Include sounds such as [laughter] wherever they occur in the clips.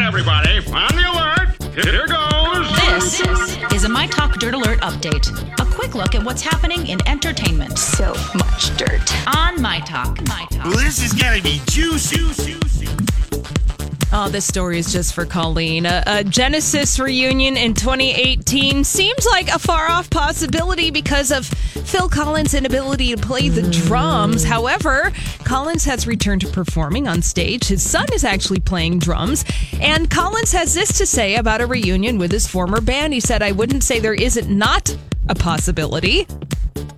everybody, on the alert. Here goes. This is a My Talk Dirt Alert update. A quick look at what's happening in entertainment So much dirt. on My Talk. My Talk. This is gonna be juicy. Oh, this story is just for Colleen. A, a Genesis reunion in 2018 seems like a far off possibility because of Phil Collins' inability to play the drums. However, Collins has returned to performing on stage. His son is actually playing drums. And Collins has this to say about a reunion with his former band. He said, I wouldn't say there isn't not a possibility.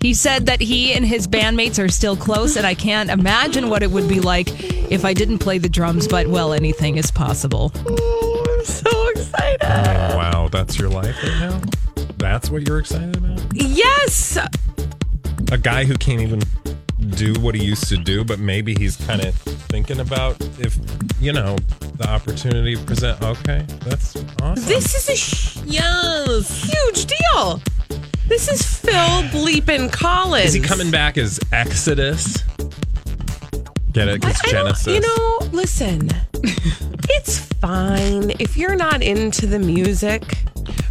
He said that he and his bandmates are still close, and I can't imagine what it would be like if I didn't play the drums, but well, anything is possible. So excited. [laughs] Wow, that's your life right now? That's what you're excited about? Yes! A guy who can't even do what he used to do, but maybe he's kind of thinking about if, you know, the opportunity present. Okay, that's awesome. This is a sh- huge deal. This is Phil Bleepin Collins. is he coming back as Exodus? Get it? 'Cause I don't, Genesis. you know, [laughs] listen. it's fine if you're not into the music.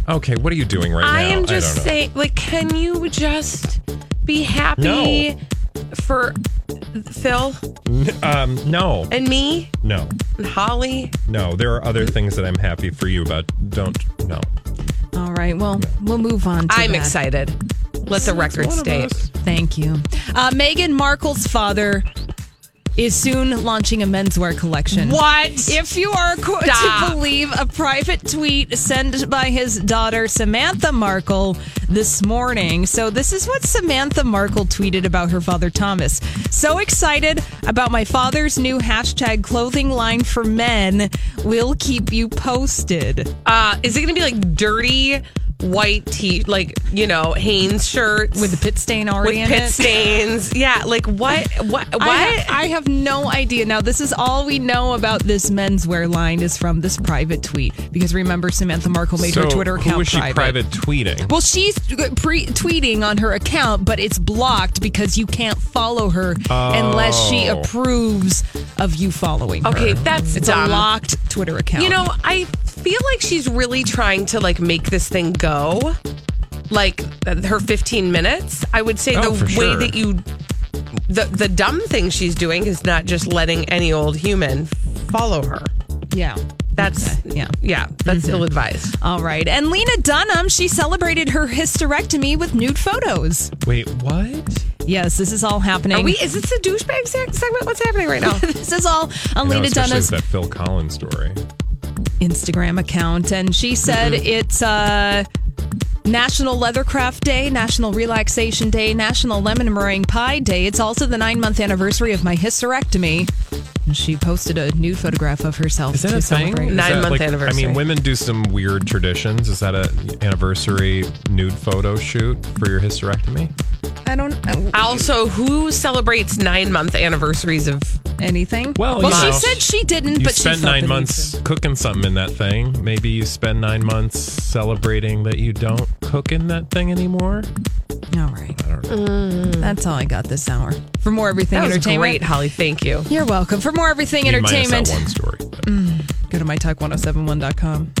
okay, what are you doing right I now? am just don't know. saying, like, can you just be happy for Phil Um, no, and me no, and Holly? no. There are other things that I'm happy for you about. Don't, no. All right, well, we'll move on to I'm that. excited. Let the record state. Thank you. Uh, Meghan Markle's father is soon launching a menswear collection. What? If you are qu- to Stop. believe a private tweet sent by his daughter Samantha Markle this morning. So this is what Samantha Markle tweeted about her father Thomas. So excited about my father's new hashtag clothing line for men. We'll keep you posted. Uh, is it going to be like dirty white tee, like you know Hanes shirts With the pit stain with already in pit it. stains? Yeah, like what? What? What? I have, I have no idea. Now, this is all we know about this menswear line is from this private tweet. Because remember, Samantha Markle made her So Twitter account who was she private, tweeting? Well, she's pre- tweeting on her account, but it's blocked because you can't follow her unless she Oh. approves of you following her. okay, that's It's dumb. a locked Twitter account. You know, I feel like she's really trying to like make this thing go. Like uh, her 15 minutes. I would say Oh, the for way sure. that you the the dumb thing she's doing is not just letting any old human follow her. yeah. That's yeah. Yeah, Mm-hmm. that's ill advised. All right. And Lena Dunham, she celebrated her hysterectomy with nude photos. Wait, what? Yes, this is all happening. Are we is this a douchebag se- segment? What's happening right [laughs] now? this is all on No, Lena especially Dunham's that Phil Collins story. Instagram account, and she said Mm-hmm. it's uh, National Leathercraft Day, National Relaxation Day, National Lemon Meringue Pie Day. It's also the nine month anniversary of my hysterectomy. And she posted a nude photograph of herself Is that to a thing? celebrate. Is Nine that, month I anniversary. mean, women do some weird traditions. Is that a anniversary nude photo shoot for your hysterectomy? I don't know [laughs] also, who celebrates 9 month anniversaries of anything. Well, you she know, said she didn't, You but she spend felt the nine need months to. cooking something in that thing. Maybe you spend nine months celebrating that you don't cook in that thing anymore. All right, that's all I got this hour. For more everything That was entertainment, great, Holly. Thank you. you're welcome. For more everything You minus that entertainment, one story. oh go to mytalk1071.com.